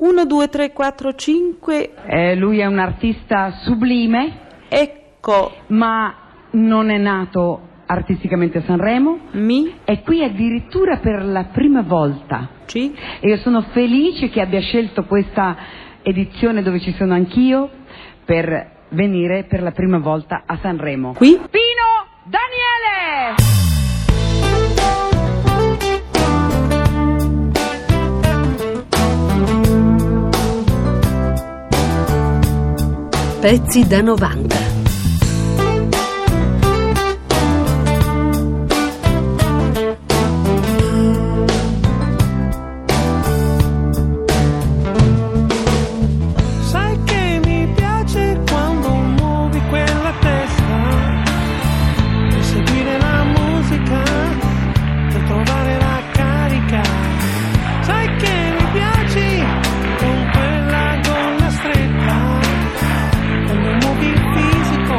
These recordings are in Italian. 1, 2, 3, 4, 5. Eh, lui è un artista sublime, Ecco ma non è nato artisticamente a Sanremo, mi. è qui addirittura per la prima volta. Ci. E io sono felice che abbia scelto questa edizione dove ci sono anch'io per venire per la prima volta a Sanremo. Qui. Pino Daniele! Pezzi da 90. Sai che mi piace quando muovi quella testa per seguire la musica, per trovare la carica. Sai che mi piaci con quella gonna stretta, quando muovi il fisico,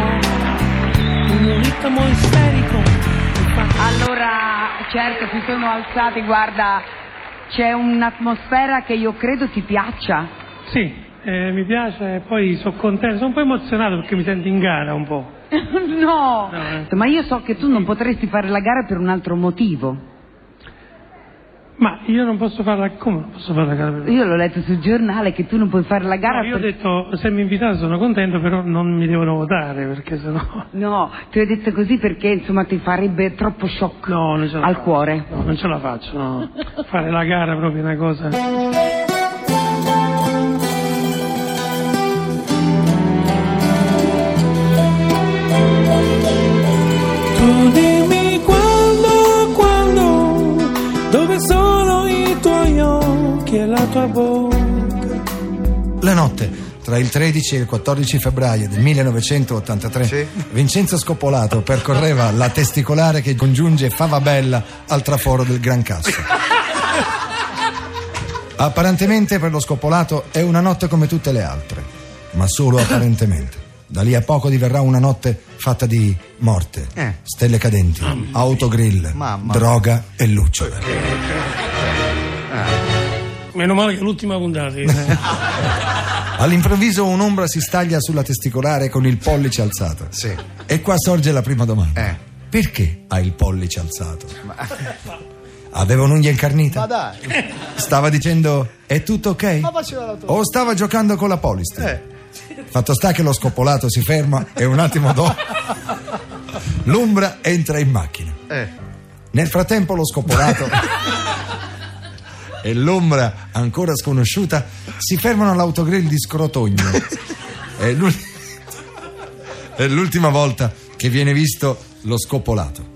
con un ritmo isterico. Mi fa Allora, certo, si sono alzati, guarda, c'è un'atmosfera che io credo ti piaccia. Sì, eh, mi piace, poi sono contento, sono un po' emozionato perché mi sento in gara un po'. no! No, eh. Ma io so che tu non potresti fare la gara per un altro motivo. Ma io non posso farla, come non posso farla gara per me? Io l'ho letto sul giornale che tu non puoi fare la gara No, io ho per... detto, se mi invitate sono contento, però non mi devono votare perché sennò... No, ti ho detto così perché insomma ti farebbe troppo shock No, non ce la al faccio. cuore. No, non ce la faccio, no. Fare la gara è proprio una cosa... Tu dimmi quando, quando, dove sono i tuoi occhi e la tua bocca. La notte tra il 13 e il 14 febbraio del 1983 Sì. Vincenzo Scopolato percorreva la testicolare che congiunge Favabella al traforo del Gran Cazzo. Apparentemente per lo Scopolato è una notte come tutte le altre, ma solo apparentemente. Da lì a poco diverrà una notte fatta di morte, Eh. stelle cadenti, autogrill, Mamma. droga e lucciole. Meno male che è l'ultima puntata. eh. All'improvviso un'ombra si staglia sulla testicolare con il pollice alzato. Sì. E qua sorge la prima domanda. Eh. Perché ha il pollice alzato? Aveva un'unghia incarnita? Ma dai, Stava dicendo è tutto ok? ma faceva la tua. Eh. O stava giocando con la poliste? Fatto sta che lo scopolato si ferma e un attimo dopo l'ombra entra in macchina. Eh. Nel frattempo lo scopolato e l'ombra ancora sconosciuta si fermano all'autogrill di Scrotogno. È, l'ul- è l'ultima volta che viene visto lo scopolato.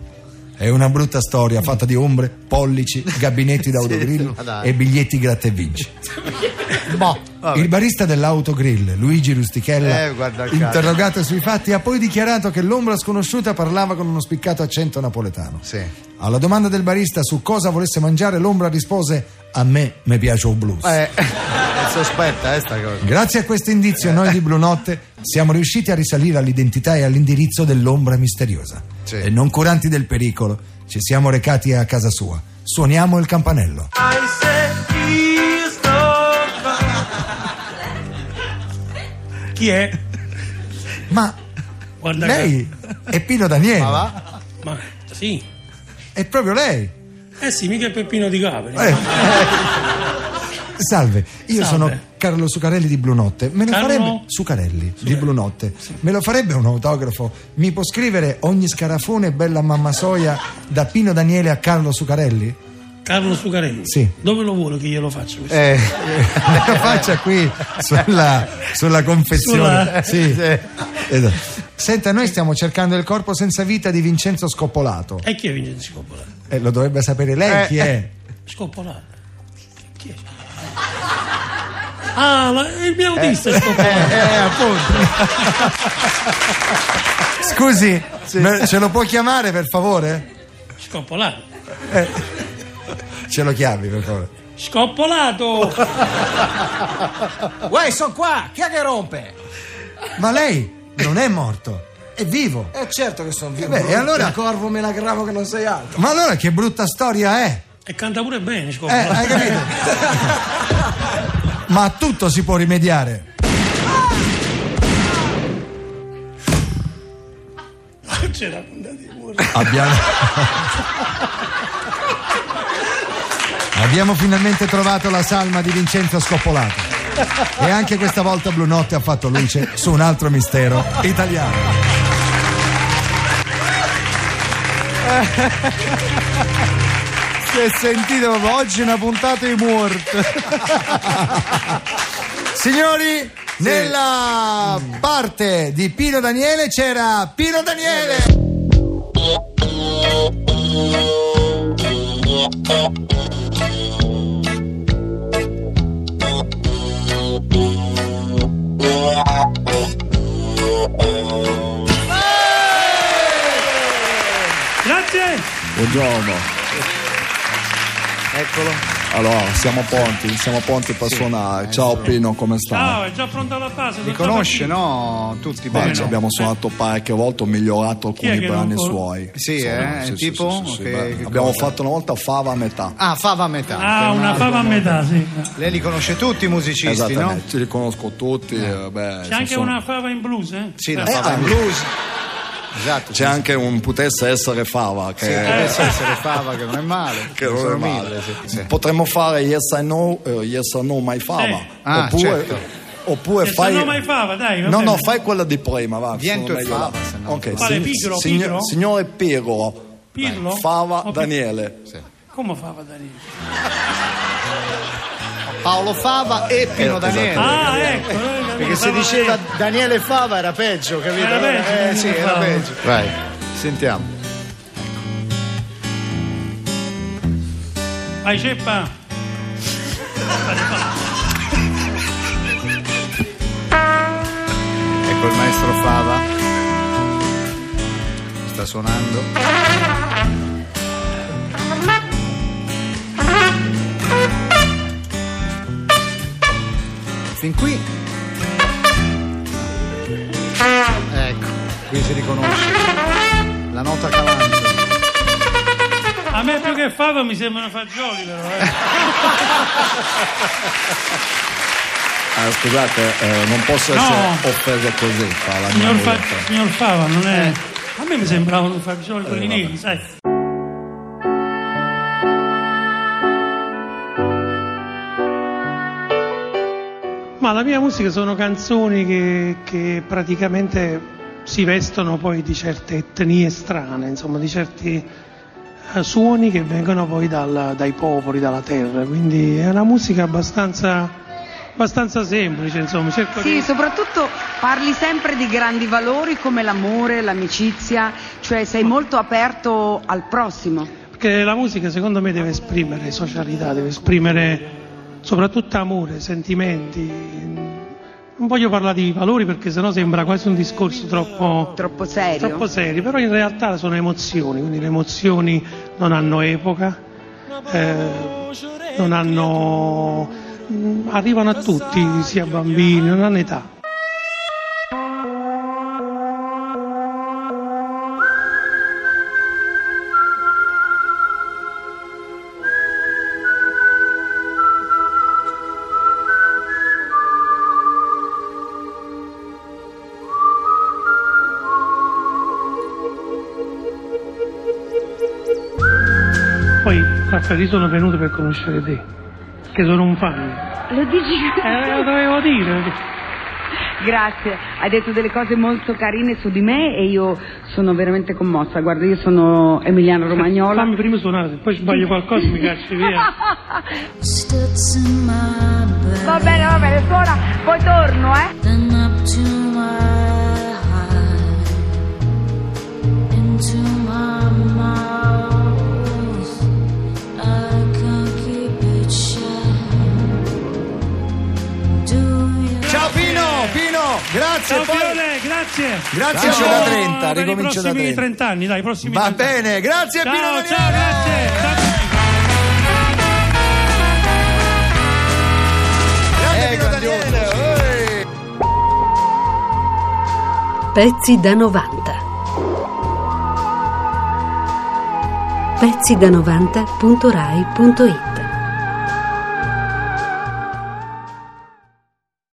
È una brutta storia fatta di ombre, pollici, gabinetti da autogrill ma dai. e biglietti gratta e vinci. Boh, vabbè. Il barista dell'autogrill, Luigi Rustichella, Eh, guarda caso. interrogato sui fatti, ha poi dichiarato che l'ombra sconosciuta parlava con uno spiccato accento napoletano. Sì. Alla domanda del barista su cosa volesse mangiare, l'ombra rispose: A me mi piace un blues. Eh, è sospetta eh, sta cosa. Grazie a questo indizio, noi di Blu Notte siamo riusciti a risalire all'identità e all'indirizzo dell'ombra misteriosa. Sì. E non curanti del pericolo, ci siamo recati a casa sua. Suoniamo il campanello. I said, please don't come." Chi è? Ma Guarda lei è Pino Ma Daniele, va? che- Ma sì. è proprio lei. Eh sì, mica il Peppino di Capri. Eh. Salve, io Salve. sono Carlo Sucarelli di Blu Notte. Me lo Carlo? farebbe Sucarelli di Blu Notte. Me lo farebbe un autografo? Mi può scrivere ogni scarafone bella mamma soia da Pino Daniele a Carlo Sucarelli? Carlo Sucarelli. Sì. Dove lo vuole che glielo faccio? questo? Eh, Me lo faccia qui sulla, sulla confezione. Sulla- Sì. Esatto. Senta, noi stiamo cercando il corpo senza vita di Vincenzo Scoppolato. E chi è Vincenzo Scoppolato? Eh, lo dovrebbe sapere lei Eh. chi è. Scoppolato. Chi è? Ah, ma è il mio autista è Scoppolato. eh, appunto. Scusi, me- ce lo può chiamare per favore? Scoppolato. Ce lo chiami per favore. Scoppolato! Uè, sono qua! Chi è che rompe? Ma lei non è morto, è vivo. Eh certo che sono vivo. beh, e brutto allora- corvo me la gravo che non sei altro. Ma allora che brutta storia è? E canta pure bene Eh, hai Scoppolato. capito? Ma a tutto si può rimediare. Abbiamo... Abbiamo finalmente trovato la salma di Vincenzo Scoppolato. E anche questa volta Blu Notte ha fatto luce su un altro mistero italiano. Si è sentito proprio oggi una puntata di Mort. Signori, nella parte di Pino Daniele c'era Pino Daniele. Grazie! Buongiorno. Eccolo. Allora, siamo pronti, siamo pronti per Eh, suonare. Ciao Pino, come Ciao, stai? è già pronta la base. Li conosce, no? Tutti Guarda, bene. ci abbiamo suonato parecchie volte, ho migliorato è alcuni che non brani con- suoi. Sì, eh? Tipo? Che- beh, che abbiamo cosa? fatto una volta fava a metà. Ah, fava a metà. Ah, Che è un una altro. fava a metà, sì. Lei li conosce tutti i musicisti, no? Ci riconosco tutti. eh, beh, C'è anche insomma. una fava in blues, eh? Sì, la Eh, fava in blues. Esatto. C'è anche un potesse essere fava, che, Adesso essere fava che non è male. che non eh, Sono è male. mille, sì, sì. Potremmo fare yes I know, eh, yes I know my fava. Sì. Ah, oppure certo. oppure se fai... no mai fava, dai. va No, bene. no, fai quella di prima, va. Viento sono e meglio là. fava, se no. Ok, Quale, sign- Pigro, signo- Pigro? Signore Piro, Pirlo? Fava Ho pi- Daniele. Come fava Daniele? Paolo Fava e Pino Daniele. Ah, ecco. eh, Perché se fava diceva Daniele. Daniele Fava era peggio, capito? Era peggio, Eh, Daniele sì, era Fava. peggio. Vai, sentiamo. Vai ceppa. Ecco il maestro Fava. Sta suonando. Fin qui. Ecco, qui si riconosce. La nota calante. A me più che fava mi sembrano fagioli, però. eh. Ah, scusate, eh, non posso No. essere offeso così. fa la Signor, mia Fa- mulata. signor Fava, non è... A me mi sembravano fagioli quelli neri, sai. Ma la mia musica sono canzoni che, che praticamente si vestono poi di certe etnie strane, insomma, di certi eh, suoni che vengono poi dalla- dai popoli, dalla terra. Quindi è una musica abbastanza, abbastanza semplice, insomma. Cerco Sì, di... soprattutto parli sempre di grandi valori come l'amore, l'amicizia, cioè sei molto aperto al prossimo. Perché la musica secondo me deve esprimere socialità, deve esprimere soprattutto amore, sentimenti. Non voglio parlare di valori perché sennò sembra quasi un discorso troppo, Troppo serio. troppo serio, però in realtà sono emozioni, quindi le emozioni non hanno epoca, eh, non hanno, mm, arrivano a tutti, sia bambini, non hanno età. Poi, Raffaele, io sono venuto per conoscere te, che sono un fan. Lo dici? Eh, lo dovevo dire. Grazie, hai detto delle cose molto carine su di me e io sono veramente commossa. Guarda, io sono Emiliano Romagnola. Fammi prima suonare, se poi sbaglio qualcosa mi cacci via. Stoods in my bed, Va bene, va bene, suona, poi torno, eh. then up to my heart, into my mouth. I can't keep it shut. Do you? Ciao Pino, Pino, grazie. Ciao poi- Fiore, grazie. Grazie Ciao. da 30, Per i ricomincio da prossimi 30. 30 anni, dai, i prossimi Va 30 anni. bene, grazie Pino Ciao, Daniele. ciao, grazie. Grazie Pino Daniele. eh. Pezzi da 90. Pezzi da 90.rai.it